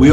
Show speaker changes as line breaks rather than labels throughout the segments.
We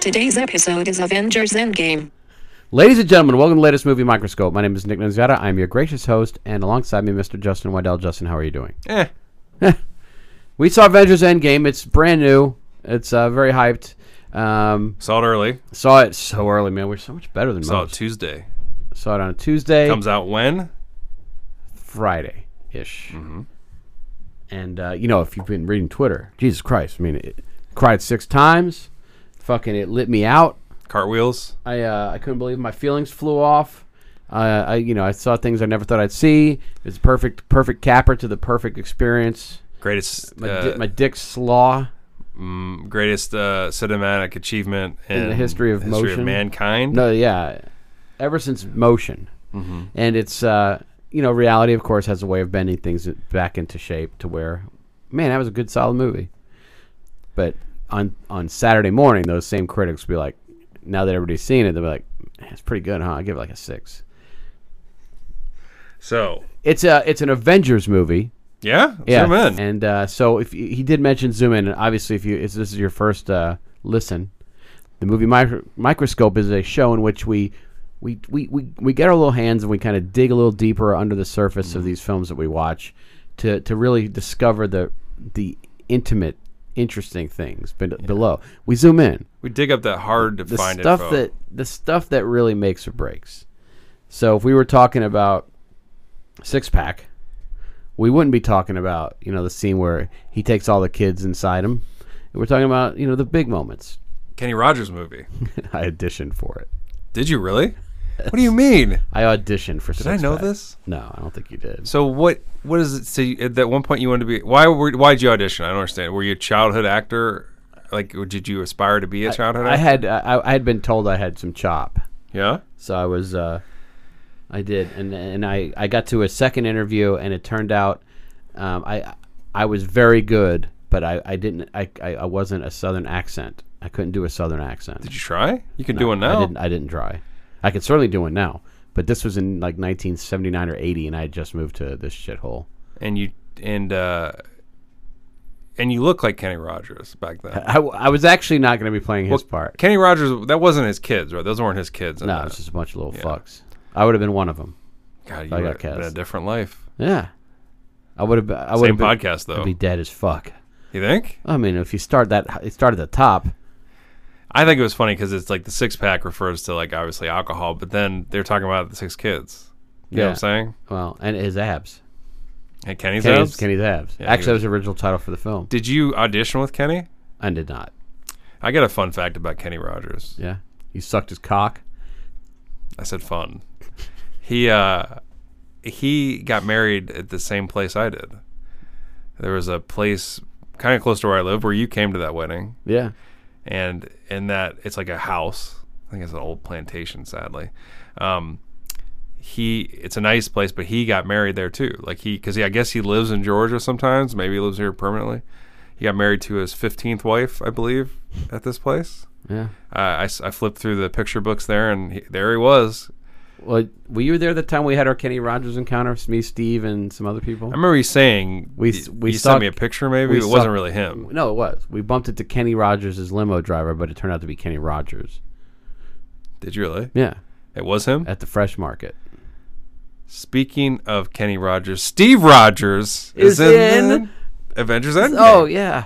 Today's episode is Avengers Endgame.
Ladies and gentlemen, welcome to the latest movie microscope. My name is Nick Nunziata. I'm your gracious host, and alongside me, Mr. Justin Waddell. Justin, how are you doing?
Eh.
We saw Avengers Endgame. It's brand new. It's uh, very hyped. Um,
Saw it early.
saw it so early, man. We're so much better than
Saw it
most.
Tuesday.
saw it on a Tuesday,
Comes out when?
Friday ish.
Mm-hmm.
And uh, you know, if you've been reading Twitter, Jesus Christ! I mean, it cried six times. Fucking, it lit me out.
Cartwheels.
I uh, I couldn't believe my feelings flew off. Uh, I you know I saw things I never thought I'd see. It's perfect perfect capper to the perfect experience.
Greatest
My
uh,
di- my dick slaw.
greatest uh, cinematic achievement in,
the history of motion.
mankind.
No, yeah, ever since motion, and it's uh, you know reality of course has a way of bending things back into shape to where, man, that was a good solid movie. But on on Saturday morning, those same critics will be like, now that everybody's seen it, they'll be like, it's pretty good, huh? I give it like a six.
So
It's a it's an Avengers movie.
yeah,
Yeah,
zoom in.
and uh, so if y- he did mention zoom in, and obviously if you if this is your first uh, listen, the movie Micro- Microscope is a show in which we we, we, we, we get our little hands and we kind of dig a little deeper under the surface
Mm-hmm.
of these films that we watch to, to really discover the the intimate, interesting things ben- below. We zoom in
we dig up that hard to
the
find
stuff
info.
that the stuff that really makes or breaks. So if we were talking about six pack, we wouldn't be talking about you know the scene where he takes all the kids inside him. We're talking about you know the big moments.
Kenny Rogers movie.
I auditioned for it.
Did you really? What do you mean?
I auditioned for.
Did I know this?
No, I don't think you did.
So what? What is it? So you, at that one point you wanted to be. Why? Were, why did you audition? I don't understand. Were you a childhood actor? Like, or did you aspire to be a childhood
I
actor?
had I, I had been told I had some chop.
yeah.
So I was, uh, I did, and and I, I got to a second interview, and it turned out, um, I I was very good, but I, I didn't I, I I wasn't a southern accent. I couldn't do a southern accent.
Did you try? You can do one now.
I didn't I didn't try. I could certainly do one now, but this was in like 1979 or 80, and I had just moved to this shithole.
and you and uh and you look like Kenny Rogers back then.
I, w- I was actually not going to be playing his part.
Kenny Rogers, that wasn't his kids, right? Those weren't his kids. in
no,
that.
it's just a bunch of little fucks. I would have been one of them.
God, you
I got
got
cast.
a different life.
Yeah, I would have. I would
Same
have been,
podcast though.
I'd be dead as fuck.
you think?
I mean, if you start that, it start at the top.
I think it was funny because it's like the six pack refers to like obviously alcohol, but then they're talking about the six kids. You know what
Yeah.
I'm saying?
Well, and his abs.
And Kenny's,
Kenny's
abs?
abs. Kenny's abs.
Yeah, he
Actually, that
was-
was the original title for the film.
Did you audition with Kenny?
I did not.
I got a fun fact about Kenny Rogers.
Yeah, he sucked his cock.
I said fun. He uh he got married at the same place I did. There was a place kind of close to where I live where you came to that wedding
Yeah,
and in that it's like a house. I think it's an old plantation sadly. Um he it's a nice place but he got married there too. Like he cuz I guess he lives in Georgia sometimes, maybe he lives here permanently. He got married to his 15th wife, I believe, at this place.
yeah.
Uh, I, s- I flipped through the picture books there, and he, there he was.
Well, were you there the time we had our Kenny Rogers encounter? It's Me, Steve, and some other people.
I remember you saying
We-
y-
we
you
saw-
sent me a picture. Maybe
we
it
saw-
wasn't really him.
No, it was. We bumped it to Kenny Rogers' limo driver, but it turned out to be Kenny Rogers.
Did you really?
Yeah,
It was him.
at the Fresh Market.
Speaking of Kenny Rogers, Steve Rogers
Is
is,
in-
in, the Avengers Endgame.
Oh yeah,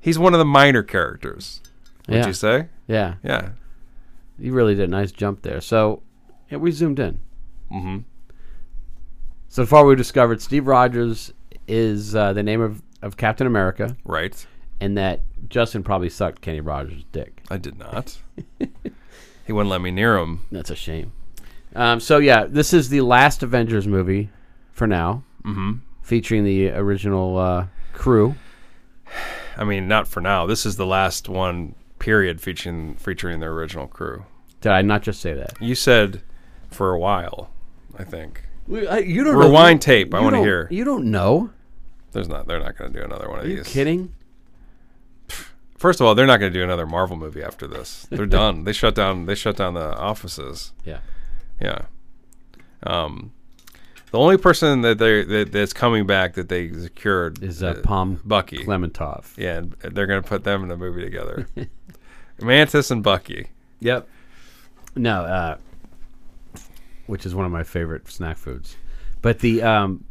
he's one of the minor characters. Would
yeah,
you say?
yeah.
Yeah.
You really did a nice jump there. So, yeah, we zoomed in. Mm-hmm. So far, we've discovered Steve Rogers is uh, the name of, of Captain America,
Right.
and that Justin probably sucked Kenny Rogers' dick.
I did not. he wouldn't let me near him.
That's a shame. Um, so yeah, this is the last Avengers movie for now, mm-hmm. featuring the original uh, crew.
I mean, not for now. This is the last one. Period. Featuring featuring the original crew.
Did I not just say that?
You said for a while. I think
You don't
rewind tape. I want to hear.
You don't know?
There's not. They're not going to do another one of
Are you
these.
kidding?
First of all, they're not going to do another Marvel movie after this. They're done. They shut down. They shut down the offices.
Yeah.
Yeah. Um, the only person that they that, that's coming back that they secured
Is uh, Palm
Bucky.
Clementov?
Yeah, and they're going to put them in a movie together. Mantis and Bucky.
Yep. No, uh, which is one of my favorite snack foods. But the um,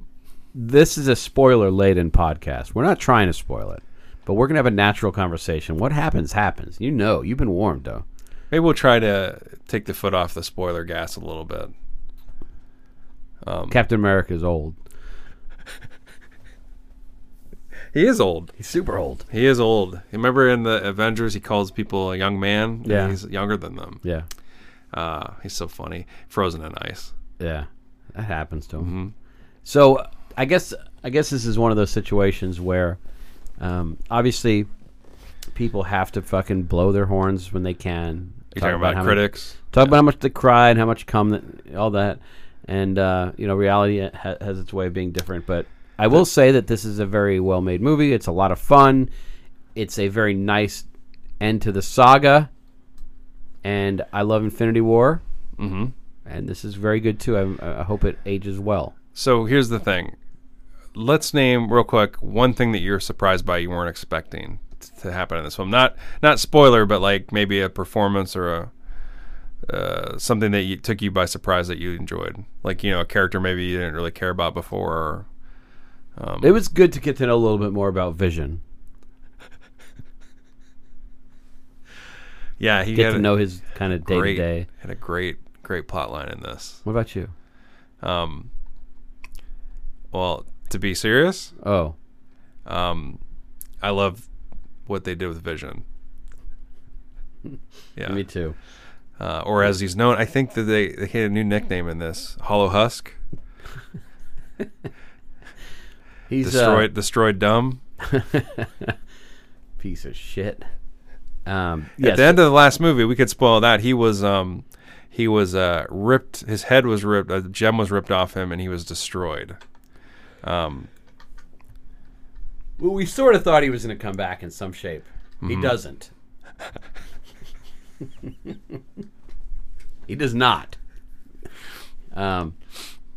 this is a spoiler laden podcast. We're not trying to spoil it, but we're gonna have a natural conversation. What happens happens. You know, you've been warned though.
Maybe we'll try to take the foot off the spoiler gas a little bit. Um,
Captain America is old.
He is old.
He's super old.
He is old. You Remember in the Avengers, he calls people a young man. and
Yeah.
he's younger than them.
Yeah,
Uh, he's so funny. Frozen in ice.
yeah, that happens to him.
Mm-hmm.
So I guess I guess this is one of those situations where, um, obviously, people have to fucking blow their horns when they can.
You're
Talk
talking about,
how many-
critics.
Talk about how much they cried, how much come, that, all that, and uh, you know, reality ha- has its way of being different. But I will say that this is a very well-made movie. It's a lot of fun. It's a very nice end to the saga, and I love Infinity War. Mm-hmm. And this is very good too. I, I hope it ages well.
So here's the thing. Let's name real quick one thing that you're surprised by you weren't expecting t- to happen in this film. Not not spoiler, but like maybe a performance or a uh, something that you, took you by surprise that you enjoyed. Like you know a character maybe you didn't really care about before. Or, Um,
It was good to get to know a little bit more about Vision,
yeah, he
get
had
to
a
know his kind of day to
great
day.
had a great great plot line in this. Um,
What about you?
Well, to be serious, um,
Oh,
I love what they did with Vision. Yeah,
me too.
uh, or as he's known. I think that they, they had a new nickname in this Hollow Husk,
He's uh,
destroyed destroyed dumb.
piece of shit. Um,
At
yes,
the end of the last movie, we could spoil that he was um he was uh ripped. His head was ripped. A gem was ripped off him, and he was destroyed.
Well, we sort of thought he was going to come back in some shape. He doesn't. he does not. Um,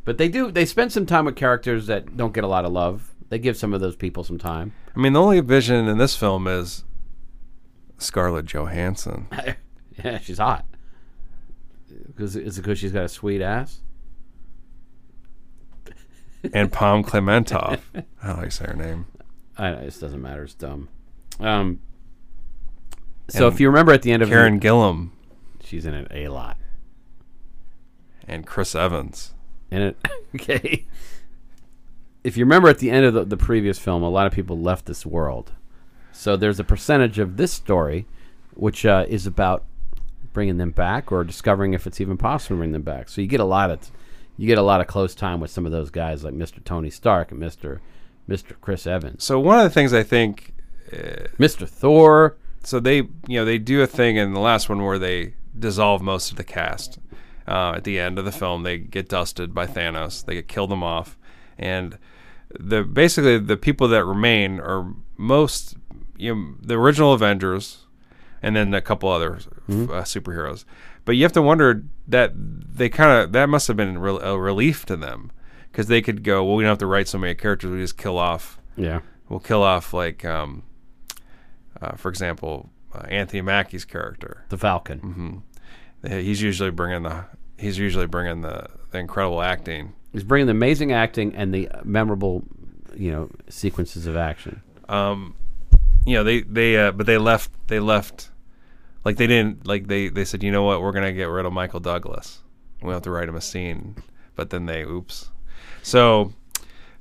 but they do. They spend some time with characters that don't get a lot of love. They give some of those people some time.
I mean, the only Vision in this film is Scarlett Johansson.
yeah, she's hot. Because is it because she's got a sweet ass?
and Palm Clementov. I don't like say her name.
I know, it doesn't matter. It's dumb. Um, so if you remember at the end of
Karen Gillum
she's in it a lot.
and Chris Evans.
And it okay. If you remember at the end of the, the previous film, a lot of people left this world. So there's a percentage of this story, which uh, is about bringing them back or discovering if it's even possible to bring them back. So you get a lot of you get a lot of close time with some of those guys like Mr. Tony Stark and Mr. Mr. Chris Evans,
So one of the things I think
Mr. Thor.
so they you know they do a thing in the last one where they dissolve most of the cast uh, at the end of the film they get dusted by thanos they get kill them off and the basically the people that remain are most you know the original avengers and then a couple other uh, superheroes. But you have to wonder that they kind of that must have been re- a relief to them because they could go, well, we don't have to write so many characters. We just kill off.
Yeah.
We'll kill off like, um, uh, for example, uh, Anthony Mackie's character.
The Falcon.
Mm-hmm. He's usually bringing the he's usually bringing the, the incredible acting.
He's bringing the amazing acting and the memorable, you know, sequences of action.
you know they they uh, but they left they left like they didn't like they they said you know what we're gonna get rid of Michael Douglas we have to write him a scene but then they oops so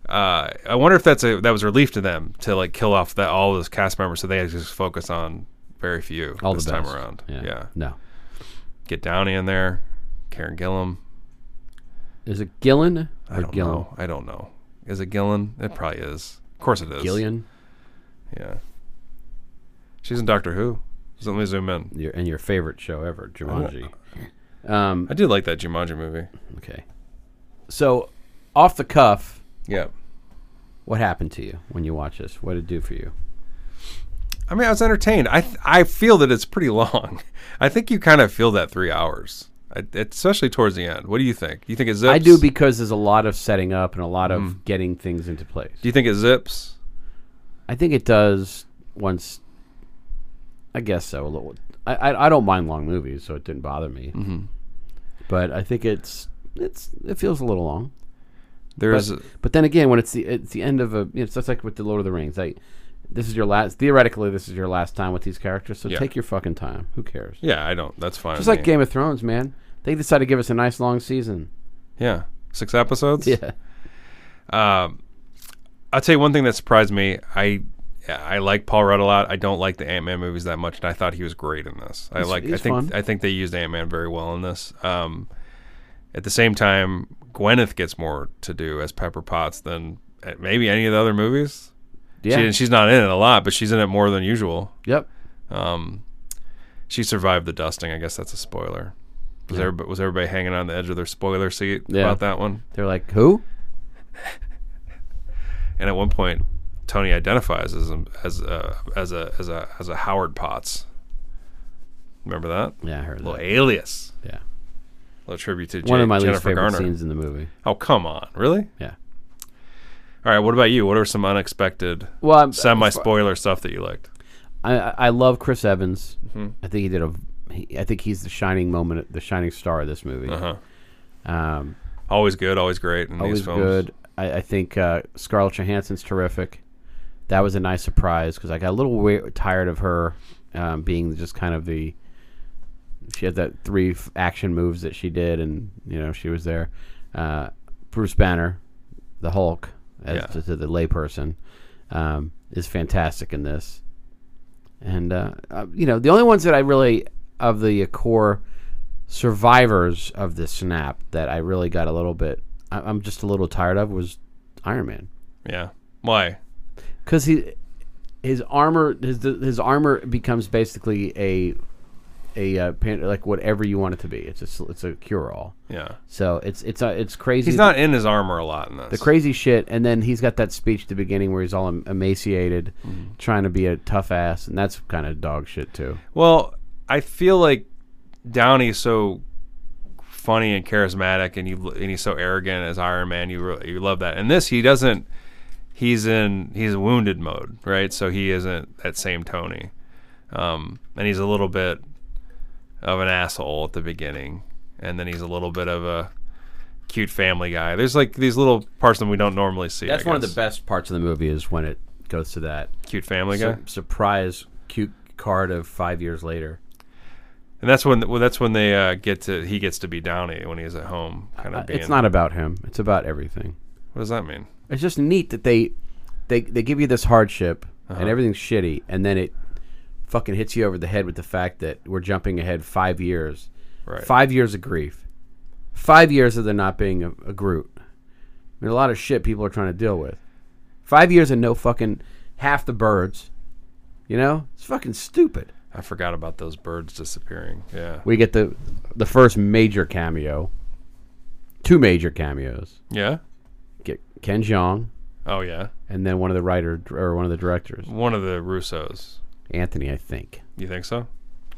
uh, I wonder if that's a that was relief to them to like kill off that all those cast members so they had to just focus on very few
All
this
the
time
best.
around
Yeah.
yeah.
No.
get Downey in there Karen Gillum
Is it Gillen or
I don't
Gillen?
know I don't know is it Gillen it probably is of course it is
Gillian.
yeah she's in Doctor Who so let me zoom in
Your and your favorite show ever, Jumanji. Um,
I did like that Jumanji movie
okay. So, off the cuff,
yeah.
what happened to you when you watched this? What did it do for you?
I mean, I was entertained. I th- I feel that it's pretty long. I think you kind of feel that three hours, I, especially towards the end. What do you think? You think it zips?
I do because there's a lot of setting up and a lot of getting things into place.
Mm. do you think it zips?
I think it does once. I guess so. A little. I I, I don't mind long movies, so it didn't bother me.
Mm-hmm.
But I think it's it's it feels a little long.
There's
But, but then again, when it's the it's the end of a, you know, it's just like with the Lord of the Rings. Like this is your last. Theoretically, this is your last time with these characters. So
Yeah.
take your fucking time. Who cares?
yeah, I don't. That's fine.
Just
with
like
me.
Game of Thrones, man. They decided to give us a nice long season.
yeah, six episodes.
Yeah.
Um, I'll tell you one thing that surprised me. I I like Paul Rudd a lot. I don't like the Ant Man movies that much, and I thought he was great in this. I
He's-
like. I
he's
think
fun.
I think they used Ant Man very well in this. Um, at the same time, Gwyneth gets more to do as Pepper Potts than uh, maybe any of the other movies.
Yeah.
She, and she's not in it a lot, but she's in it more than usual.
yep.
She survived the dusting. I guess that's a spoiler. Was everybody was everybody hanging on the edge of their spoiler seat
Yeah.
about that one?
They're like, who?
And at one point, Tony identifies as a, as a, as a as a as a Howard Potts. Remember that
Yeah, I heard
little
that.
alias,
Yeah.
little tribute to
One
Jan-
of my least
Jennifer
favorite
Garner.
scenes in the movie.
Oh come on, really?
Yeah.
All right. What about you? What are some unexpected
Well, I'm-
semi spoiler stuff that you liked?
I, I I love Chris Evans.
Mm-hmm.
I think he did a. He, I think he's the shining moment, the shining star of this movie.
Uh-huh.
Um,
Always good, always great in
always
these films.
good. I, I think uh, Scarlett Johansson's terrific. That was a nice surprise because I got a little wa- tired of her um, being just kind of the. She had that three f- action moves that she did, and you know she was there. Uh, Bruce Banner, the Hulk, as
Yeah.
to, to the layperson, um, is fantastic in this. And uh, uh, you know the only ones that I really of the core survivors of the snap that I really got a little bit. I- I'm just a little tired of was Iron Man
Yeah. Why?
because he his armor his his armor becomes basically a a uh, pan, like whatever you want it to be. It's a s- it's a cure all.
Yeah.
So it's it's a, it's crazy.
He's not in his armor a lot in this.
the crazy shit. And then he's got that speech at the beginning where he's all em- emaciated,
Mm-hmm.
trying to be a tough ass, and that's kind of dog shit too.
Well, I feel like Downey's so funny and charismatic, and you and he's so arrogant as Iron Man. You really, you love that. And this, he doesn't. He's in he's wounded mode, right? So he isn't that same Tony, um, and he's a little bit of an asshole at the beginning, and then he's a little bit of a cute family guy. There's like these little parts that we don't normally see.
That's
I
one of the
guess.
best parts of the movie is when it goes to that
cute family
su-
guy.
surprise cute card of five years later.
And that's when well, that's when they uh, get to he gets to be Downey when he's at home. Kind
Uh,
of being,
it's not about him. It's about everything.
What does that mean?
It's just neat that they they they give you this hardship and everything's shitty, and then it fucking hits you over the head with the fact that we're jumping ahead five years,
Right.
five years of grief, five years of there not being a, a Groot. I mean, a lot of shit people are trying to deal with. Five years and no fucking half the birds. You know, it's fucking stupid.
I forgot about those birds disappearing. Yeah.
We get the the first major cameo, two major cameos.
Yeah.
Get Ken Jeong
Oh yeah.
and then one of the writer or one of the directors.
One of the Russos.
Anthony, I think.
You think so?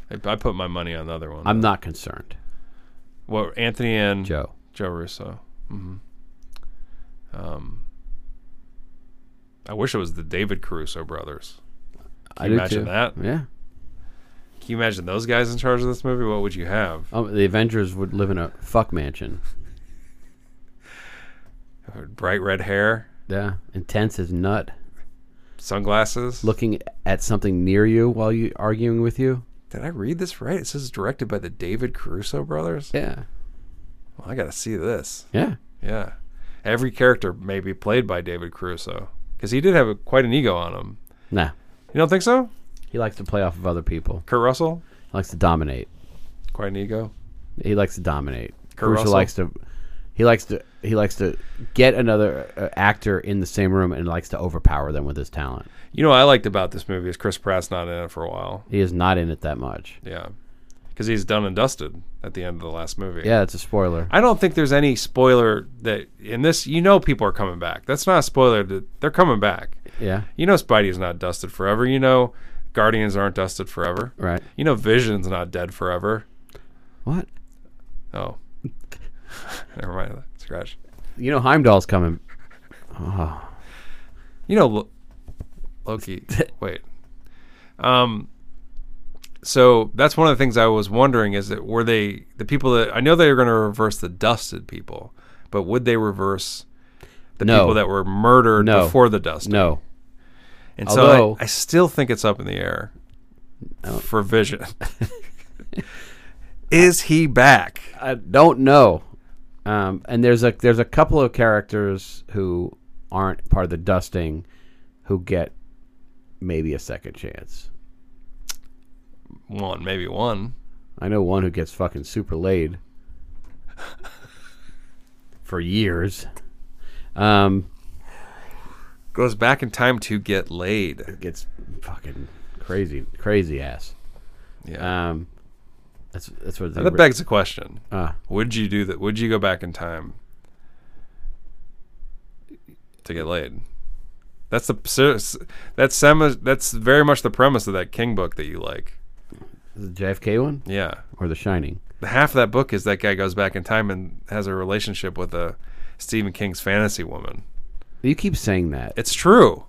I, I put my money on the other one.
I'm not concerned.
Well, Anthony and
Joe.
Joe Russo. hmm Um, I wish it was the David Caruso brothers.
I
Can you
do
imagine
too.
that? Can
Yeah.
you imagine those guys in charge of this movie? What would you have?
Oh, the Avengers would live in a fuck mansion.
Bright red hair,
Yeah. Intense as nut.
sunglasses.
Looking at something near you while you arguing with you.
did I read this right? It says directed by the David Caruso brothers.
Yeah.
Well, I got to see this.
Yeah.
Yeah. Every character may be played by David Caruso because he did have a, quite an ego on him.
Nah.
You don't think so?
He likes to play off of other people.
Kurt Russell,
He likes to dominate.
quite an ego.
He likes to dominate.
Kurt
Caruso
Russell?
likes to. He likes to. He likes to get another uh, actor in the same room and likes to overpower them with his talent.
You know what I liked about this movie is Chris Pratt's not in it for a while.
He is not in it that much.
Yeah. Because he's done and dusted at the end of the last movie.
Yeah, it's a spoiler.
I don't think there's any spoiler that in this, you know, people are coming back. That's not a spoiler. That they're coming back.
yeah.
You know, Spidey's not dusted forever. You know, Guardians aren't dusted forever.
Right.
You know, Vision's not dead forever.
What?
Oh. Never mind that. Scratch.
You know Heimdall's coming.
You know, Lo- Loki. wait. Um. So that's one of the things I was wondering: is that were they the people that I know they were going to reverse the dusted people, but would they reverse the
No.
people that were murdered
No.
before the dusted?
No.
And
Although-
so I, I still think it's up in the air for Vision. is he back?
I don't know. Um, and there's a there's a couple of characters who aren't part of the dusting who get maybe a second chance.
One, maybe one.
I know one who gets fucking super laid for years. Um,
Goes back in time to get laid.
gets fucking crazy, crazy ass.
Yeah.
Um, that's that's what they
that
writ-
begs the question.
uh,
Would you do that? Would you go back in time to get laid? That's the serious- that's semi, that's very much the premise of that King book that you like.
the JFK one
Yeah,
or The Shining.
half of that book is that guy goes back in time and has a relationship with a Stephen King's fantasy woman.
You keep saying that.
It's true.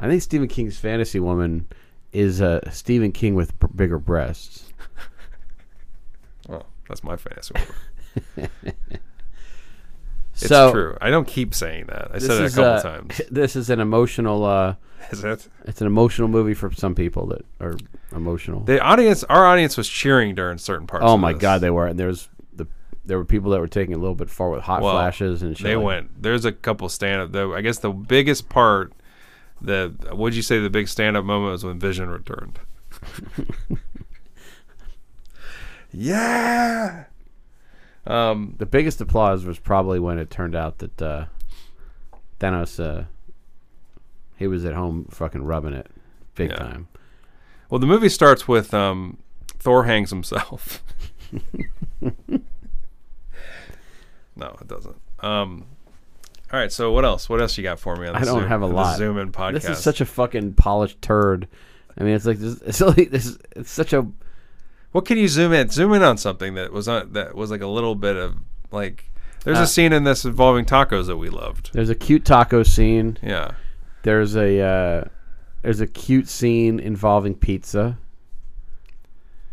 I think Stephen King's Fantasy Woman is uh, Stephen King with b- bigger breasts.
Well, that's my fantasy woman. It's
so
true. I don't keep saying that. I
This
said it a
is,
couple
uh,
times.
This is an emotional. Uh,
Is it?
it's an emotional movie for some people that are emotional.
The audience, our audience, was cheering during certain parts.
oh
of
my
this.
god, they were. And there was the there were people that were taking it a little bit far with hot
Well,
flashes and shit.
They
like-
went. There's a couple stand up though. I guess the biggest part, the what'd you say the big stand up moment was when Vision returned. yeah. Um.
The biggest applause was probably when it turned out that uh, Thanos uh, he was at home fucking rubbing it big
Yeah.
time.
Well, the movie starts with um, Thor hangs himself. no, it doesn't. Um. All right. So what else? What else you got for me on?
I
the
don't
Zoom,
have a
the
lot.
Zoom in podcast.
This is such a fucking polished turd. I mean, it's like this. It's, like, this is, it's such a
What can you zoom in? Zoom in on something that was on, that was like a little bit of like. There's
Uh,
a scene in this involving tacos that we loved.
There's a cute taco scene.
Yeah,
There's a uh, there's a cute scene involving pizza.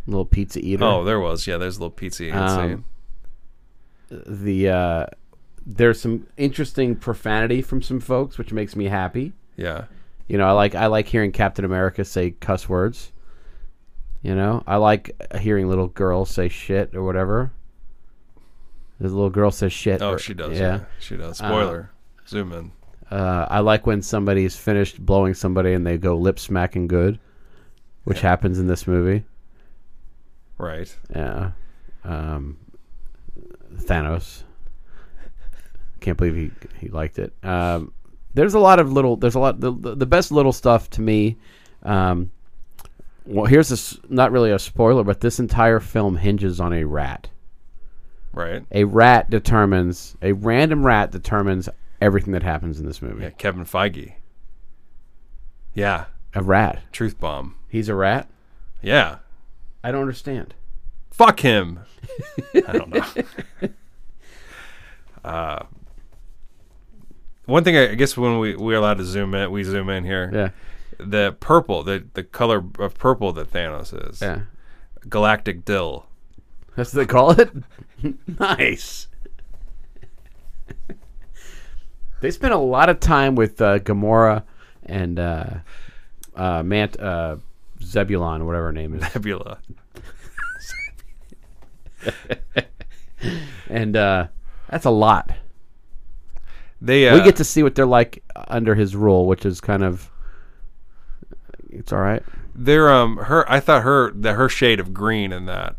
Little pizza eater.
Oh, there was. Yeah, there's a little pizza eating
Um,
scene.
The uh, there's some interesting profanity from some folks, which makes me happy.
Yeah,
You know, I like I like hearing Captain America say cuss words. You know, I like hearing little girls say shit or whatever. The little girl says shit.
oh,
or- Um,
she does. Yeah, she does. Spoiler. zoom in.
Uh, I like when somebody's finished blowing somebody and they go lip smacking good, which happens in this movie.
Right.
Yeah. Um, Thanos. Can't believe he he liked it. Um, there's a lot of little. There's a lot. The, the, the best little stuff to me. Um, well, here's a s not really a spoiler, but this entire film hinges on a rat.
Right.
A rat determines a random rat determines everything that happens in this movie.
Yeah, Kevin Feige. Yeah,
A rat.
truth bomb.
He's a rat.
Yeah,
I don't understand.
Fuck him. I don't know. uh, one thing I, I guess when we we're allowed to zoom in, we zoom in here.
Yeah,
The purple, the the color of purple that Thanos is.
yeah.
Galactic dill.
That's what they call it. nice. they spent a lot of time with uh, Gamora and uh, uh, Mant uh, Zebulon, or whatever her name is,
Nebula.
and uh, that's a lot.
They uh,
we get to see what they're like under his rule, which is kind of it's all right.
They're um her. I thought her the her shade of green in that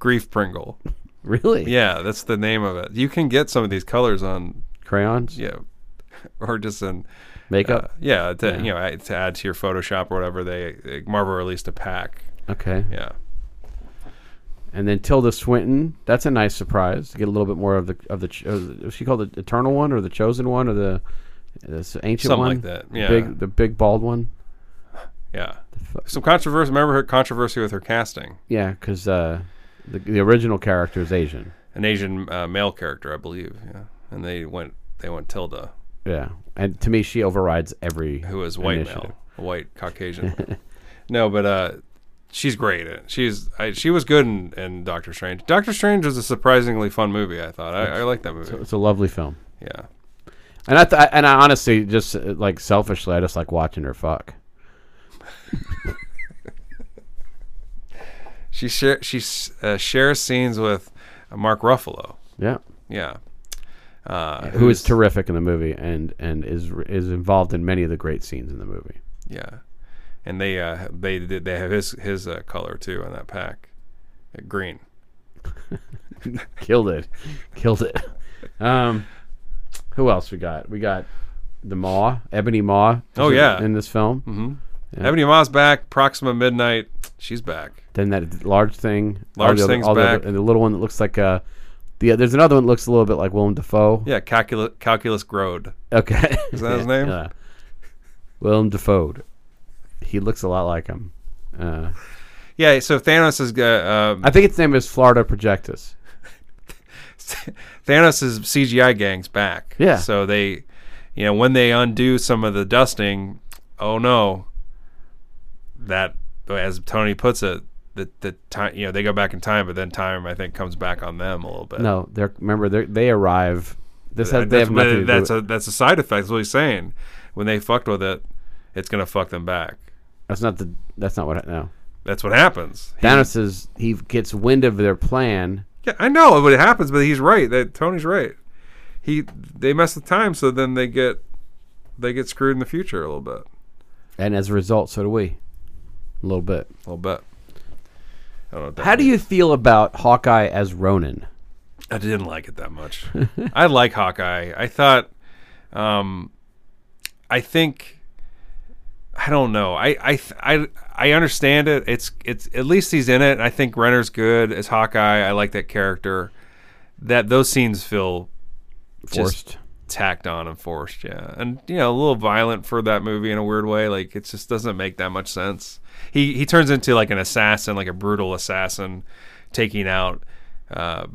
grief Pringle.
Really?
Yeah, that's the name of it. You can get some of these colors on
Crayons,
yeah, or just in uh,
makeup.
yeah to you know add- to add to your Photoshop or whatever. They uh, Marvel released a pack.
okay.
Yeah,
And then Tilda Swinton. That's a nice surprise to get a little bit more of the of the. Ch- uh, was she called the Eternal One or the Chosen One or the this ancient
Something
one?
like that,
The
yeah.
Big the big bald one.
yeah. Some controversy. Remember her controversy with her casting,
Yeah, because uh, the the original character is Asian.
an Asian uh, male character, I believe. Yeah, and they went they went Tilda,
Yeah, and to me, she overrides every
who is white
initiative.
male, a white Caucasian. no, but uh, she's great. in it. She's I, she was good in, in Doctor Strange. Doctor Strange was a surprisingly fun movie. I thought I, I like that movie.
It's a lovely film,
Yeah.
and I th- and I honestly just uh, like selfishly, I just like watching her fuck.
She share, she s- uh, shares scenes with uh, Mark Ruffalo.
Yeah,
Yeah. Uh,
who is terrific in the movie and and is is involved in many of the great scenes in the movie.
yeah, and they uh, they did they have his his uh, color too on that pack, Uh, green.
Killed it, killed it. Um, who else we got? We got the Maw, Ebony Maw. is
Oh,
in-
yeah. Mm-hmm.
in this film.
Ebony Maw's back. Proxima Midnight. She's back.
Then that large thing, all
Large
the other-
thing's
all the
back.
other- and the little one that looks like uh, the there's another one that looks a little bit like Willem Dafoe.
Yeah, calculus calculus growed.
Okay.
Is that his name?
Yeah. Willem Dafoe. He looks a lot like him. Uh,
Yeah. So Thanos is uh, um,
I think its name is Florida Projectus.
Thanos' CGI gang's back.
Yeah.
So they, you know, when they undo some of the dusting, oh no, that as Tony puts it, the the time you know they go back in time, but then time I think comes back on them a little bit.
No, they're remember they they arrive. This has,
That-
they have
that's,
nothing to do
that's
with-
a that's a side effect. That's what he's saying. When they fucked with it, it's gonna fuck them back.
that's not the that's not what I no.
That's what happens. He-
Thanos is he gets wind of their plan.
yeah, I know what happens, but he's right. That Tony's right. He they mess with time, so then they get they get screwed in the future a little bit.
And as a result, so do we. A little bit.
A little bit. I don't know. What that
How do you feel about Hawkeye as Ronin?
means. I didn't like it that much. I like Hawkeye. I thought. Um, I think. I don't know. I I th- I I understand it. It's it's at least he's in it. I think Renner's good as Hawkeye. I like that character. That those scenes feel
Forced.
just tacked on and forced. Yeah, and you know a little violent for that movie in a weird way. Like it just doesn't make that much sense. He he turns into like an assassin, like a brutal assassin, taking out uh,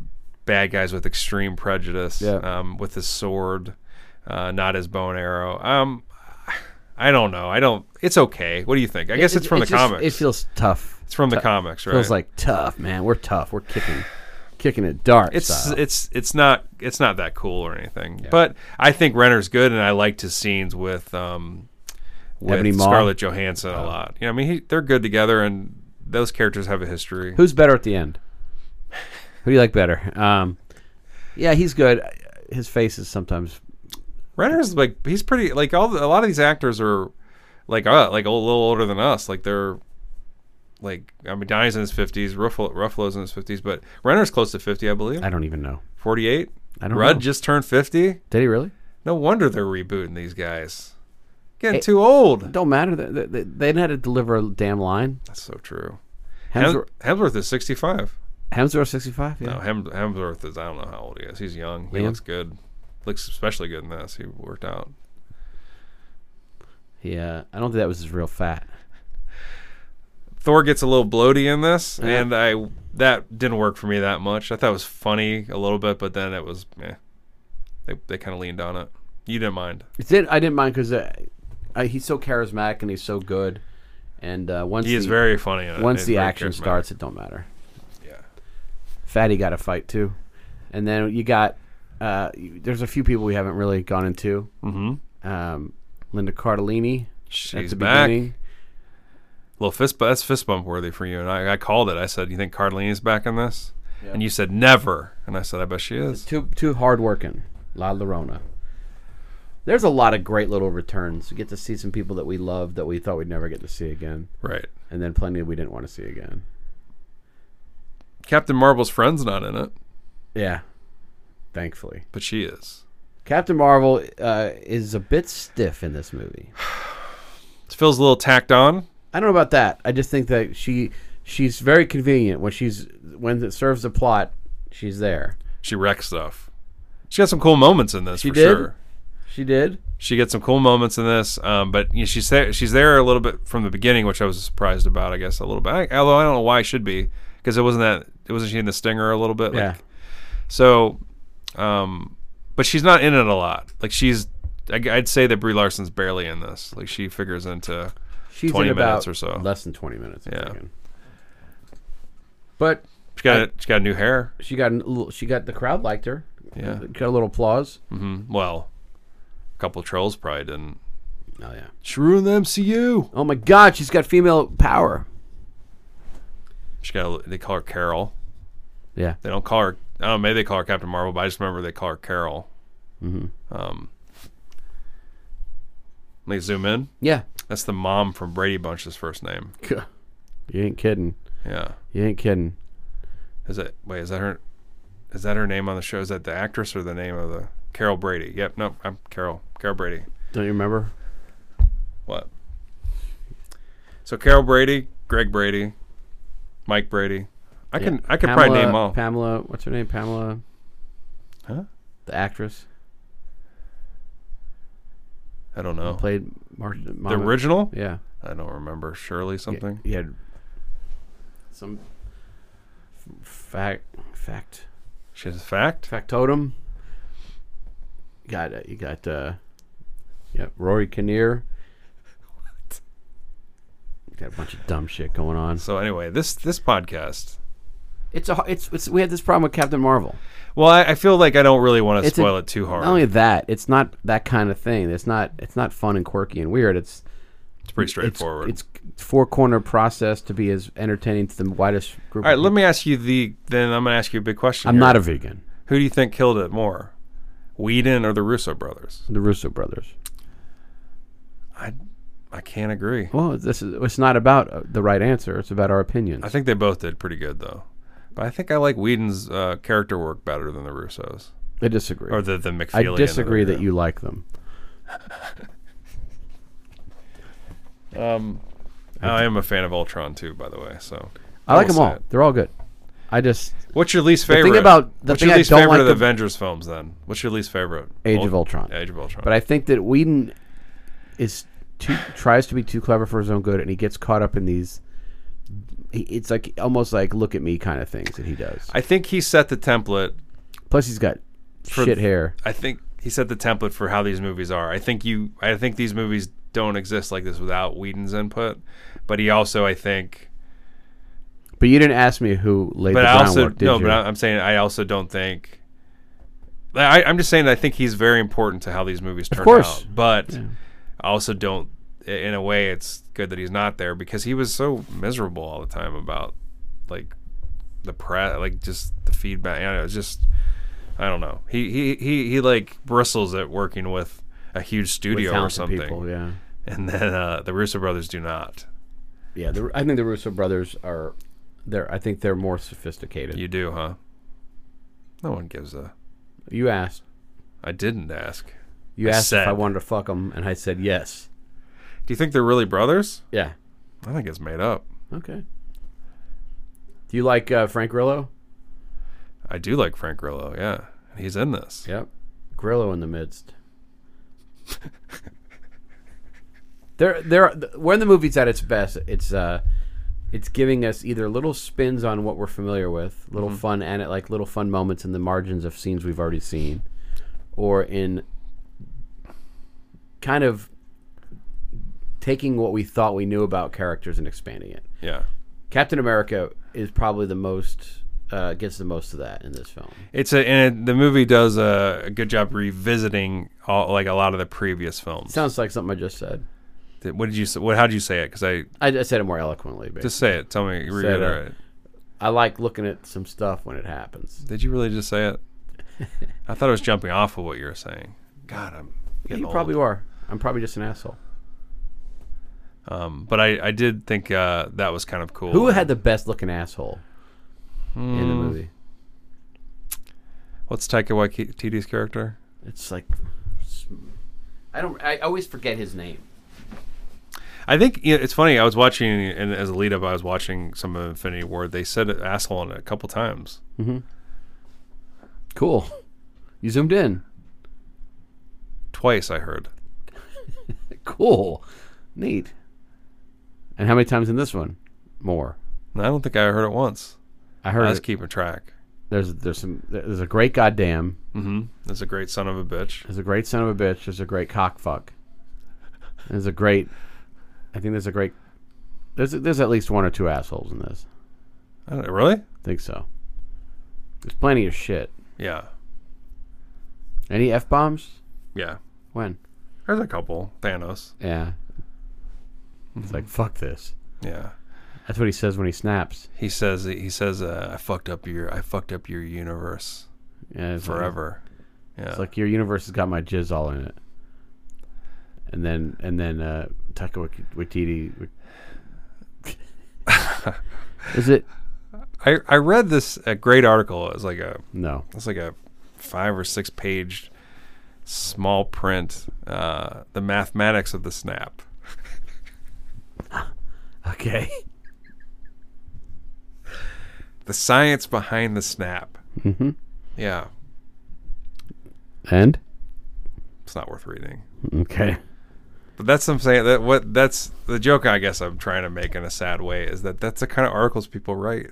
bad guys with extreme prejudice.
Yeah.
Um, with his sword, uh, not his bow and arrow. Um, I don't know. I don't. It's okay. What do you think? I guess it's from
It
the
just-
comics.
It feels tough.
it's from the comics, right?
Feels like tough, man. We're tough. We're kicking kicking it dark.
it's
style.
it's it's not it's not that cool or anything. But I think Renner's good, and I liked his scenes with um with
Ebony Maw?
Scarlett Johansson a lot. You know, I mean, he, they're good together, and those characters have a history.
Who's better at the end? Who do you like better? Um, yeah, he's good. His face is sometimes
Renner's like he's pretty like all the, a lot of these actors are like uh like a little older than us. Like they're like I mean, Donnie's in his fifties, Ruffalo, Ruffalo's in his fifties, but Renner's close to fifty, I believe,
I don't even know.
forty eight.
I don't
Rudd
know.
just turned fifty.
Did he really?
No wonder they're rebooting these guys. Getting too old.
Don't matter. They, they, they didn't have to deliver a damn line.
That's so true.
Hemsworth,
Hem- Hemsworth is 65.
Hemsworth sixty five. Yeah.
No, Hem- Hemsworth is, I don't know how old he is. He's young. He
Liam?
looks good. Looks especially good in this. He worked out.
yeah. I don't think that was his real fat.
Thor gets a little bloaty in this,
Yeah.
and I that didn't work for me that much. I thought it was funny a little bit, but then it was, eh. They they kind of leaned on it. You didn't mind.
It's it. I didn't mind because uh, I- he's so charismatic and he's so good. And uh, once
He is
the,
very funny. In it.
once
He's
the
very
action
charismatic.
starts, it don't matter.
Yeah.
Fatty got a fight too, and then you got. Uh, you- there's a few people we haven't really gone into. Mm-hmm. Um, Linda Cardellini at
she's
the
back.
beginning.
Little fist, bu- that's fist bump worthy for you. And I, I called it. I said, "You think Cardellini's back in this?" And you said, "Never." And I said, "I bet she is."
Too too hardworking, La Llorona. There's a lot of great little returns. You get to see some people that we love that we thought we'd never get to see again,
Right.
and then plenty we didn't want to see again.
Captain Marvel's friend's not in it,
Yeah, thankfully.
but she is.
Captain Marvel uh, is a bit stiff in this movie.
It feels a little tacked on.
I don't know about that. I just think that she she's very convenient when she's when it serves the plot. She's there.
She wrecks stuff. She got some cool moments in this
She
for
did?
sure.
She did.
She gets some cool moments in this, um, but you know, she's there. She's there a little bit from the beginning, which I was surprised about. I guess a little bit. I, although I don't know why I should be, because it wasn't that. It wasn't she in the stinger a little bit.
yeah.
Like, So, um, but she's not in it a lot. Like she's, I, would say that Brie Larson's barely in this. Like she figures into.
She's
20
in about
minutes or so.
Less than twenty minutes. I'm
Yeah.
thinking. But
She got a, she got new hair.
she got a little, she got the crowd liked her.
Yeah.
Got a little applause.
Well, a couple trolls probably didn't.
Oh yeah.
She ruined the MCU.
Oh my God, she's got female power.
She got. A, they call her Carol.
Yeah.
They don't call her. I don't know. Maybe they call her Captain Marvel, but I just remember they call her Carol. Mm-hmm. Um. Let me zoom in.
Yeah.
That's the mom from Brady Bunch's first name.
you ain't kidding.
Yeah.
You ain't kidding.
Is it? Wait, is that her? Is that her name on the show? Is that the actress or the name of the Carol Brady? Yep. No, I'm Carol. Carol Brady.
Don't you remember?
What? So Carol Brady, Greg Brady, Mike Brady. I can I can probably
Pamela-
name all.
Pamela, what's her name? Pamela,
Huh?
the actress
I don't know.
played Mar- Mama.
The original?
Yeah.
I don't remember. Shirley something.
He had some f- fact fact
She has a fact.
factotum. You got uh, you got uh, yeah Rory Kinnear. You Got a bunch of dumb shit going on.
So anyway, this this podcast.
It's a it's, it's we had this problem with Captain Marvel.
Well, I, I feel like I don't really want to
It's a-
spoil it too hard.
Not only that, it's not that kind of thing. It's not it's not fun and quirky and weird. It's
it's pretty
it's
straightforward.
it's four corner process to be as entertaining to the widest group.
all right,
of
let me ask you the. Then I'm going to ask you a big question.
people. I'm
here.
not a vegan.
Who do you think killed it more, Whedon or the Russo brothers?
The Russo brothers.
I I can't agree.
Well, this is it's not about uh, the right answer. It's about our opinions.
I think they both did pretty good though, but I think I like Whedon's uh, character work better than the Russos
I disagree.
or the the McFeely.
I
and the-
disagree that you like them.
I am a fan of Ultron too, by the way. So
I like
will
them all.
say it.
They're all good. I just
What's your least
thing
favorite?
about- the
What's
thing
your
I
least
don't
favorite
like
of the
ab-
Avengers films? Then what's your least favorite?
Age
Ul-
of Ultron.
Age of Ultron.
But I think that Whedon is too tries to be too clever for his own good, and he gets caught up in these. he- It's like almost like look at me kind of things that he does.
I think he set the template
Plus, he's got shit hair.
I think he set the template for how these movies are. I think you I think these movies don't exist like this without Whedon's input. But he also I think
But you didn't ask me who laid
but
the
I also
groundwork, did
no,
you?
but I- I'm saying I also don't think I, I'm just saying that I think he's very important to how these movies turn
course.
out. But I also don't in a way it's good that he's not there because he was so miserable all the time about like the press like just the feedback. I don't know, it's just I don't know. He he he he like bristles at working with a huge
With
studio or
talented
something.
People, yeah,
And then uh, the Russo brothers do not.
yeah. The, I think the Russo brothers are. They're. I think they're more sophisticated.
You
You,
do, huh? No one gives a
asked.
I didn't ask.
You
I
asked if I
said.
wanted to fuck them, and I said yes.
Do you think they're really brothers?
Yeah.
I think it's made up.
Okay. Do you like uh, Frank Grillo?
I do like Frank Grillo. Yeah, he's in this.
Yep. Grillo in the midst. there, there. When the movie's at its best, it's uh, it's giving us either little spins on what we're familiar with, little fun and it like little fun moments in the margins of scenes we've already seen, or in kind of taking what we thought we knew about characters and expanding it.
Yeah.
Captain America is probably the most uh, gets the most of that in this film.
It's a and it, the movie does a, a good job revisiting all like a lot of the previous films.
Sounds like something I just said.
Th- what did you say? What how did you say it? Because I
I, I said it more eloquently. But
just say it. Tell me.
uh,
Reiterate. it.
I like looking at some stuff when it happens.
Did you really just say it? I thought I was jumping off of what you were saying. God, I'm getting
You
old.
probably are. I'm probably just an asshole.
Um, but I, I did think uh, that was kind of cool.
Who had the best looking asshole in the movie?
What's Taika Waititi's character?
It's like I don't. I always forget his name.
I think you know, it's funny. I was watching, and as a lead up, I was watching some of Infinity War. They said asshole in it a couple times.
Cool. You zoomed in.
Twice, I heard.
Cool. Neat. And how many times in this one? More.
And I don't think I heard it once.
I
I
heard
was
it.
keeping track.
there's there's some there's a great goddamn.
That's a great son of a bitch.
There's a great son of a bitch. There's a great cockfuck. There's a great. I think there's a great. There's there's at least one or two assholes in this.
I don't, really?
I think so. There's plenty of shit.
Yeah,
Any f bombs?
yeah.
When?
There's a couple. Thanos.
Yeah. It's like fuck this.
Yeah.
That's what he says when he snaps.
He says. He says. Uh, I fucked up your. I fucked up your universe
Yeah, it's like-
forever. Yeah.
it's like your universe has got my jizz all in it. And then and then uh, Taika Wait- Waititi. Is it?
I, I read this a great article. It was like a
No.
it's like a five or six page small print. Uh, the mathematics of the snap.
Okay.
The science behind the snap. Mm-hmm. Yeah,
And
it's not worth reading.
okay.
But that's what I'm saying. That what that's the joke. I guess I'm trying to make in a sad way is that that's the kind of articles people write.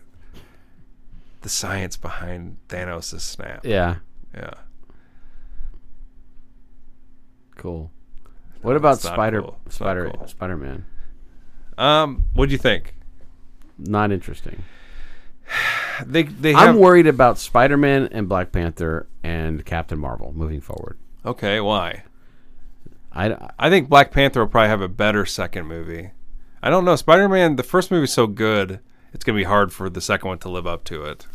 The science behind Thanos' snap.
Yeah.
yeah.
Cool. What about
it's not
Spider
cool. It's not
Spider
cool.
Spider Man?
Um, what do you think?
Not interesting.
They they have,
I'm worried about Spider Man and Black Panther and Captain Marvel moving forward.
okay. Why?
I, I
I think Black Panther will probably have a better second movie. I don't know. Spider Man, the first movie's so good, it's going to be hard for the second one to live up to it.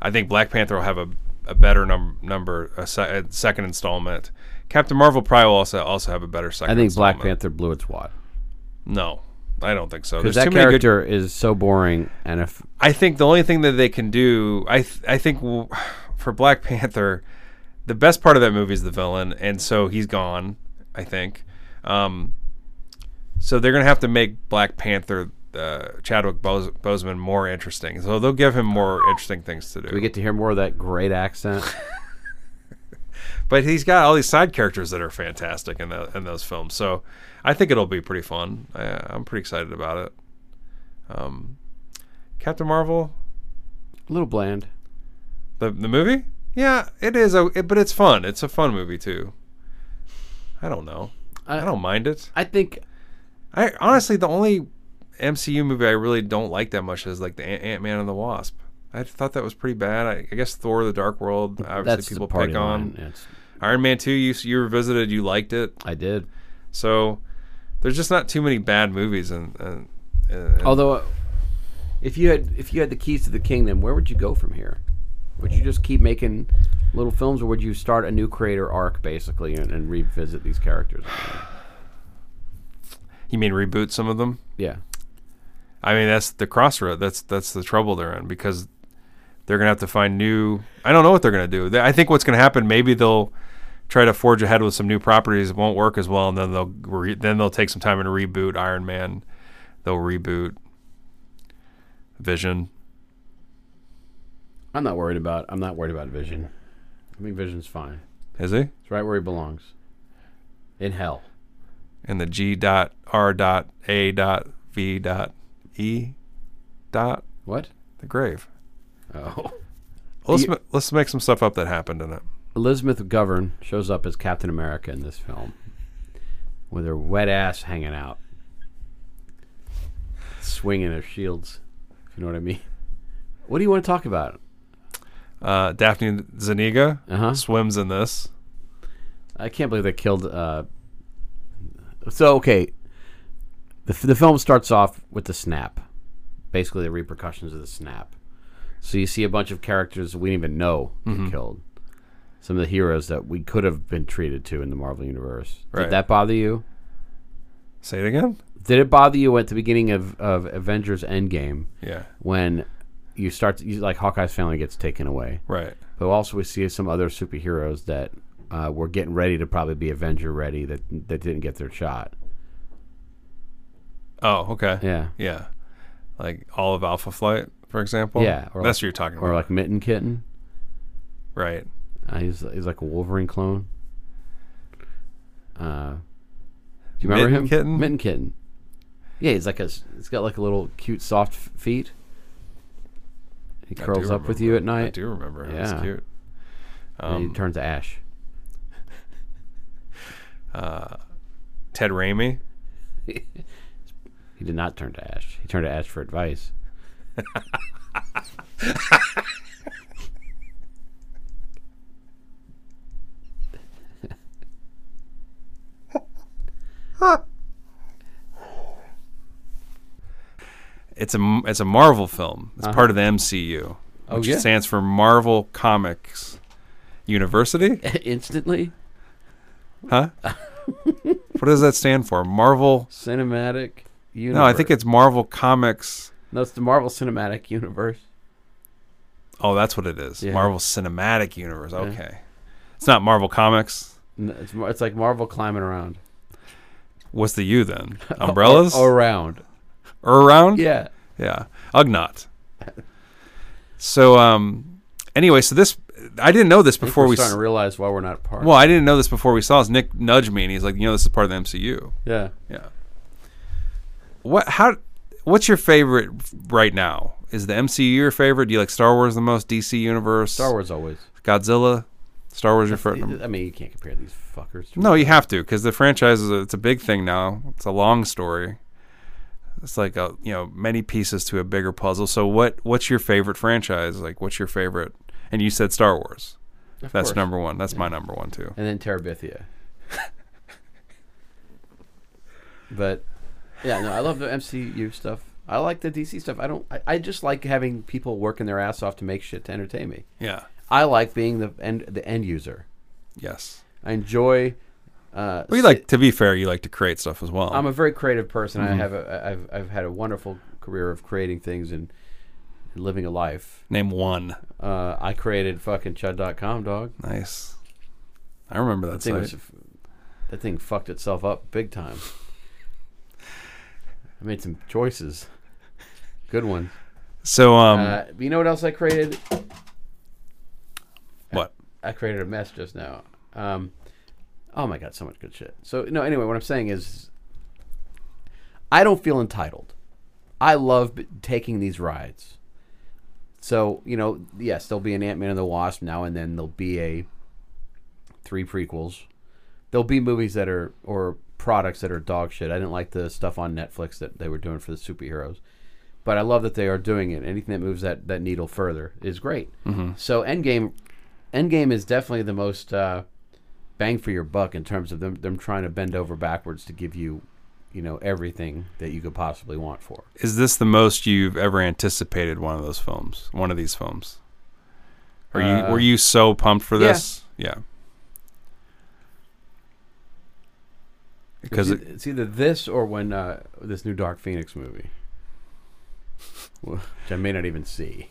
I think Black Panther will have a, a better num- number, a, se- a second installment. Captain Marvel probably will also also have a better second.
I think Black
installment.
Panther blew its wad.
No, I don't think so.
Because
There's
that
too many good
character is so boring, and if
I think the only thing that they can do, I th- I think w- for Black Panther, the best part of that movie is the villain, and so he's gone. I think, um, so they're gonna have to make Black Panther uh, Chadwick Bos- Boseman more interesting. So they'll give him more interesting things to do.
we get to hear more of that great accent,
but he's got all these side characters that are fantastic in the, in those films. So I think it'll be pretty fun. I, I'm pretty excited about it. Um, Captain Marvel,
a little bland.
The the movie? Yeah, it is a it- but it's fun. It's a fun movie too. I don't know. I,
I-
don't mind it.
I think
I honestly the only MCU movie I really don't like that much is like the Ant Man and the Wasp. I thought that was pretty bad. I, I guess Thor: The Dark World. Obviously,
that's
people
the party
pick
line.
on
It's,
Iron Man Two. You s- you revisited. You liked it.
I did.
So there's just not too many bad movies. And, and, and
Although, uh, if you had if you had the keys to the kingdom, where would you go from here? Would you just keep making little films, or would you start a new creator arc basically and, and revisit these characters?
you mean reboot some of them?
Yeah,
I mean, that's the crossroad. That's that's the trouble they're in because they're gonna have to find new. I don't know what they're gonna do. They- I think what's gonna happen. Maybe they'll try to forge ahead with some new properties that won't work as well, and then they'll re, then they'll take some time and reboot Iron Man. They'll reboot Vision.
I'm not worried about I'm not worried about Vision. I think Vision's fine.
Is he
It's right where he belongs. In hell.
in the G dot R dot A dot V dot E. Dot
What?
the grave.
Oh.
Let's
You-
ma- let's make some stuff up that happened in it.
Elizabeth McGovern shows up as Captain America in this film with her wet ass hanging out, swinging her shields, if you know what I mean. What do you want to talk about?
Uh, Daphne Zaniga
Uh-huh.
swims in this.
I can't believe they killed. Uh... So, okay. The, f- the film starts off with the snap, basically, the repercussions of the snap. So, you see a bunch of characters we didn't even know get killed. Some of the heroes that we could have been treated to in the Marvel Universe.
Right.
Did that bother you?
Say it again.
Did it bother you at the beginning of, of Avengers Endgame
Yeah.
when you start to, you, like Hawkeye's family gets taken away?
Right.
But also we see some other superheroes that uh, were getting ready to probably be Avenger ready that that didn't get their shot.
Oh, okay.
Yeah.
Yeah. Like all of Alpha Flight, for example.
Yeah, or
That's
like-
what you're talking
Or
about.
like Mitten Kitten,
right.
uh, he's he's like a Wolverine clone. Uh, do you remember
Mitten
him?
Kitten?
Mitten Kitten. Yeah, he's like a s- he's got like a little cute soft f- feet. He
I do
curls up with
remember.
you at night.
I do um, remember. Yeah.
Yeah.
That's cute.
and he turns to ash.
Ted Raimi.
He did not turn to Ash. He turned to Ash for advice.
It's a m- it's a Marvel film. It's part of the MCU,
Uh-huh. Oh,
which
yeah.
stands for Marvel Comics University,
Instantly?
huh? what does that stand for? Marvel?
Cinematic universe.
No, I think it's Marvel Comics.
No, it's the Marvel Cinematic Universe.
Oh, that's what it is.
Yeah.
Marvel Cinematic Universe. Okay. It's not Marvel Comics.
N- It's, mar- it's like Marvel climbing around.
What's the U then? Umbrellas?
Oh, Or, around.
or around?
Yeah.
Yeah. Ugnaught. So um anyway, so this I didn't know this before
We're
we
starting
s-
to realize why we're not part.
Well, I didn't know this before we saw this. Nick nudged me and he's like, "You know this is part of the MCU."
yeah.
Yeah. What how what's your favorite right now? Is the MCU your favorite? Do you like Star Wars the most? DC Universe?
Star Wars always.
Godzilla? Star Wars your favorite?
I mean, you can't compare these fuckers. To
No, you have to because the franchise is a, it's a big thing now. It's a long story. It's like a you know many pieces to a bigger puzzle. So what what's your favorite franchise? Like what's your favorite? And you said Star Wars. That's
course.
number one. That's my number one too.
And then Terabithia. but yeah, no, I love the MCU stuff. I like the DC stuff. I don't. I, I just like having people working their ass off to make shit to entertain me.
Yeah.
I like being the end the end user.
Yes.
I enjoy. Uh,
Well, you
sit-
like to be fair. You like to create stuff as well.
I'm a very creative person.
Mm-hmm.
I have. A, I've I've had a wonderful career of creating things and, and living a life.
Name one.
Uh, I created fucking chud.com dog.
Nice. I remember that
That thing,
site.
was, that thing fucked itself up big time. I made some choices, good ones.
so um,
Uh, you know what else I created?
what?
I created a mess just now. Um, oh my god, so much good shit. So no, anyway, what I'm saying is, I don't feel entitled. I love b- taking these rides. So you know, yes, there'll be an Ant Man and the Wasp now and then. There'll be a three prequels. There'll be movies that are or products that are dog shit. I didn't like the stuff on Netflix that they were doing for the superheroes, but I love that they are doing it. Anything that moves that that needle further is great. So Endgame, Endgame is definitely the most uh, bang for your buck in terms of them them trying to bend over backwards to give you, you know, everything that you could possibly want for.
Is this the most you've ever anticipated one of those films? One of these films? Are you
Uh,
were you so pumped for
yeah.
this? Yeah. Because
it's,
it,
e- it's either this or when uh, this new Dark Phoenix movie, which I may not even see.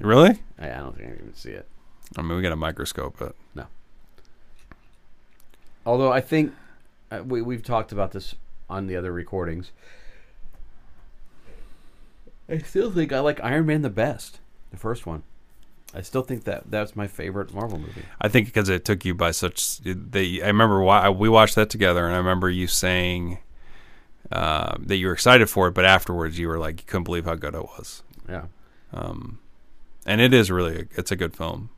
really,
I, I don't think I can even see it.
I mean, we got a microscope it.
Although I think uh, we we've talked about this on the other recordings. I still think I like Iron Man the best, the first one. I still think that that's my favorite Marvel movie.
I think because it took you by such. They, I remember why we watched that together, and I remember you saying, um, that you were excited for it, but afterwards you were like you couldn't believe how good it was.
Yeah.
And it is really it's a good film.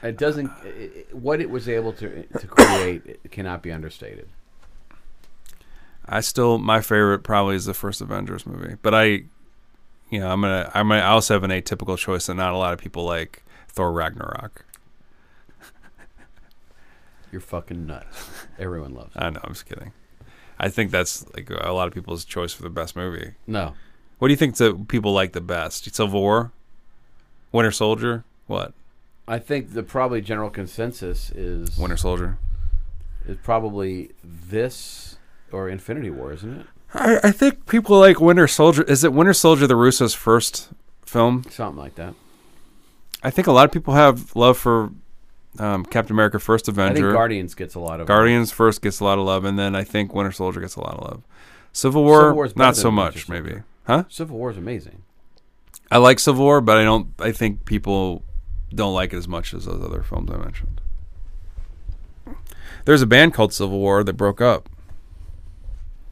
It doesn't. It, it- what it was able to to create it cannot be understated.
I still my favorite probably is the first Avengers movie, but I, you know, I'm gonna I'm gonna I also have an atypical choice that not a lot of people like Thor Ragnarok.
You're fucking nuts. Everyone loves. It.
I know I'm just kidding. I think that's like a lot of people's choice for the best movie.
No,
What do you think that people like the best? Civil War, Winter Soldier, what?
I think the probably general consensus is
Winter Soldier.
is probably this or Infinity War, isn't it?
I, I think people like Winter Soldier. Is it Winter Soldier the Russo's first film?
Something like that.
I think a lot of people have love for um, Captain America: First
I
Avenger.
think Guardians gets a lot of
Guardians first gets a lot of love, and then I think Winter Soldier gets a lot of love. Civil War,
Civil War's better
not
than
so
Winter
much,
Soldier.
maybe. Huh?
Civil War is amazing.
I like Civil War, but I don't. I think people don't like it as much as those other films I mentioned. There's a band called Civil War that broke up.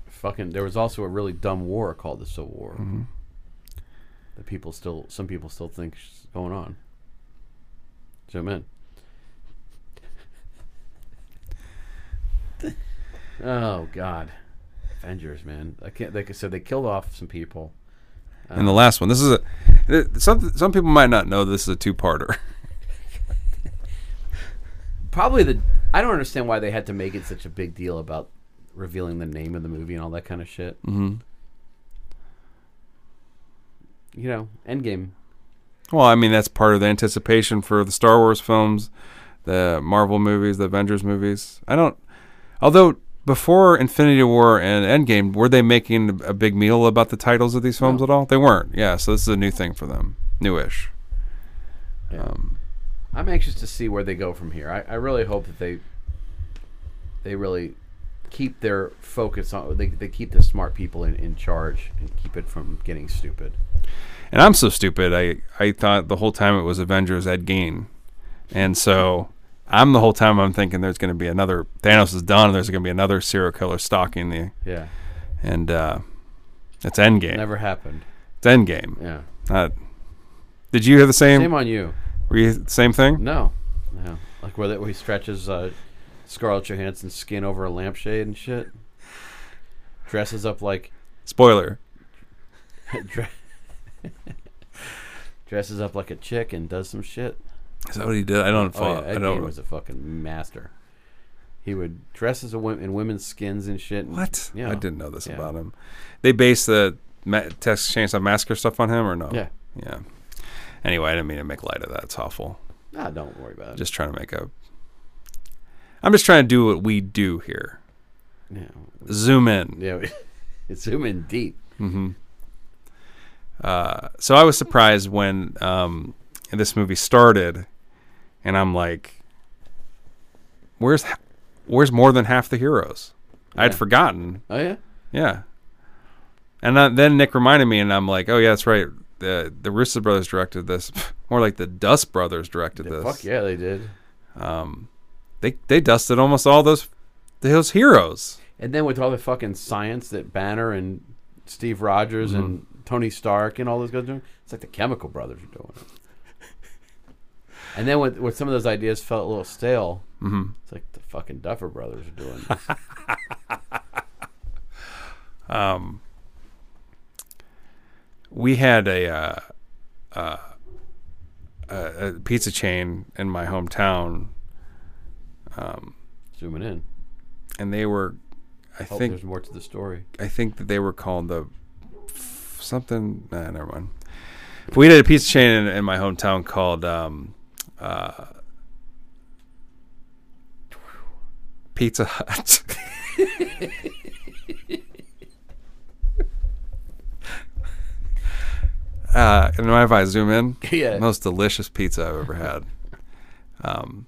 Fucking. There was also a really dumb war called the Civil War. That people still, some people still think is going on. Zoom in. oh God, Avengers, man! I can't. Like I said, they killed off some people.
and the
Oh.
last one, this is a th- some some people might not know this is a two-parter.
Probably the. I don't understand why they had to make it such a big deal about revealing the name of the movie and all that kind of shit. Mm-hmm. You know, Endgame.
well, I mean that's part of the anticipation for the Star Wars films, the Marvel movies, the Avengers movies. I don't. Although before Infinity War and Endgame, were they making a big meal about the titles of these films at all? They weren't. Yeah, so this is a new thing for them, newish.
I'm anxious to see where they go from here. I, I really hope that they they really keep their focus on they, they keep the smart people in, in charge and keep it from getting stupid.
And I'm so stupid. I, I thought the whole time it was Avengers Ed Gein. And so I'm the whole time I'm thinking there's going to be another Thanos is done. There's going to be another serial killer stalking the
Yeah.
and uh, it's Endgame.
Never happened.
It's Endgame.
Yeah.
Not, Uh, did you hear the same?
Shame on you.
were you same thing?
No. No. Like where that where he stretches uh, Scarlett Johansson's skin over a lampshade and shit. Dresses up like
Spoiler.
dre- dresses up like a chick and does some shit.
Is that what he did? I don't
Oh,
follow.
yeah, Ed Gein
I don't.
was a fucking master. He would dress as a woman in women's skins and shit. and-
what?
Yeah,
I didn't know this
Yeah.
about him. They based the ma- Texas Chainsaw Massacre stuff on him or no?
Yeah.
Yeah. Anyway, I didn't mean to make light of that. It's awful.
Nah, don't worry about it.
just trying to make a I'm just trying to do what we do here.
yeah,
Zoom in.
yeah. we- it's zoom in deep.
So I was surprised when um, this movie started and I'm like where's h- where's more than half the heroes? I'd
Yeah.
forgotten.
Oh yeah,
Yeah. And uh, then Nick reminded me and I'm like, "Oh yeah, that's right. The the Russo brothers directed this. More like the Dust brothers directed this."
fuck yeah, they did.
They they dusted almost all those those heroes.
And then with all the fucking science that Banner and Steve Rogers
Mm-hmm.
and Tony Stark and all those guys are doing, it's like the Chemical Brothers are doing it. and then with, with some of those ideas felt a little stale. Mm-hmm. It's like the fucking Duffer Brothers are doing this.
we had a, uh, uh, a pizza chain in my hometown,
Zooming in.
and they were, I
Hope
think,
Oh, there's more to the story.
I think that they were called the f- something. Nah, never mind. But we did a pizza chain in, in my hometown called um, uh, Pizza Hut. uh, and mind if I zoom in?
Yeah.
Most delicious pizza I've ever had. Um,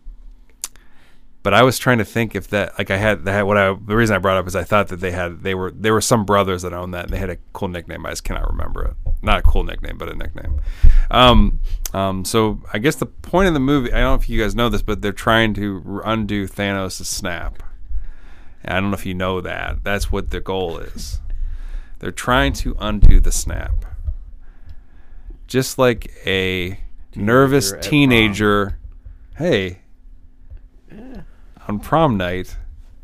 but I was trying to think if that like I had that what I the reason I brought up is I thought that they had they were there were some brothers that owned that and they had a cool nickname I just cannot remember it not a cool nickname but a nickname um, um, so I guess the point of the movie I don't know if you guys know this but they're trying to r- undo Thanos' snap and I don't know if you know that that's what the goal is They're trying to undo the snap. Just like a nervous
at prom.
teenager, hey, on prom night,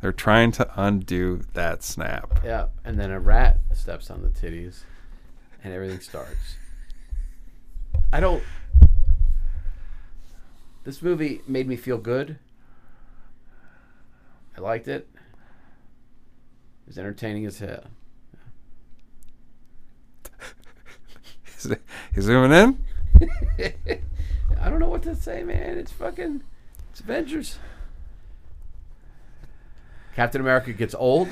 they're trying to undo that snap.
Yeah, and then a rat steps on the titties, and everything starts. I don't. This movie made me feel good. I liked it. It was entertaining as hell.
Is it- you zooming in?
I don't know what to say, man. It's fucking. It's Avengers. Captain America gets old.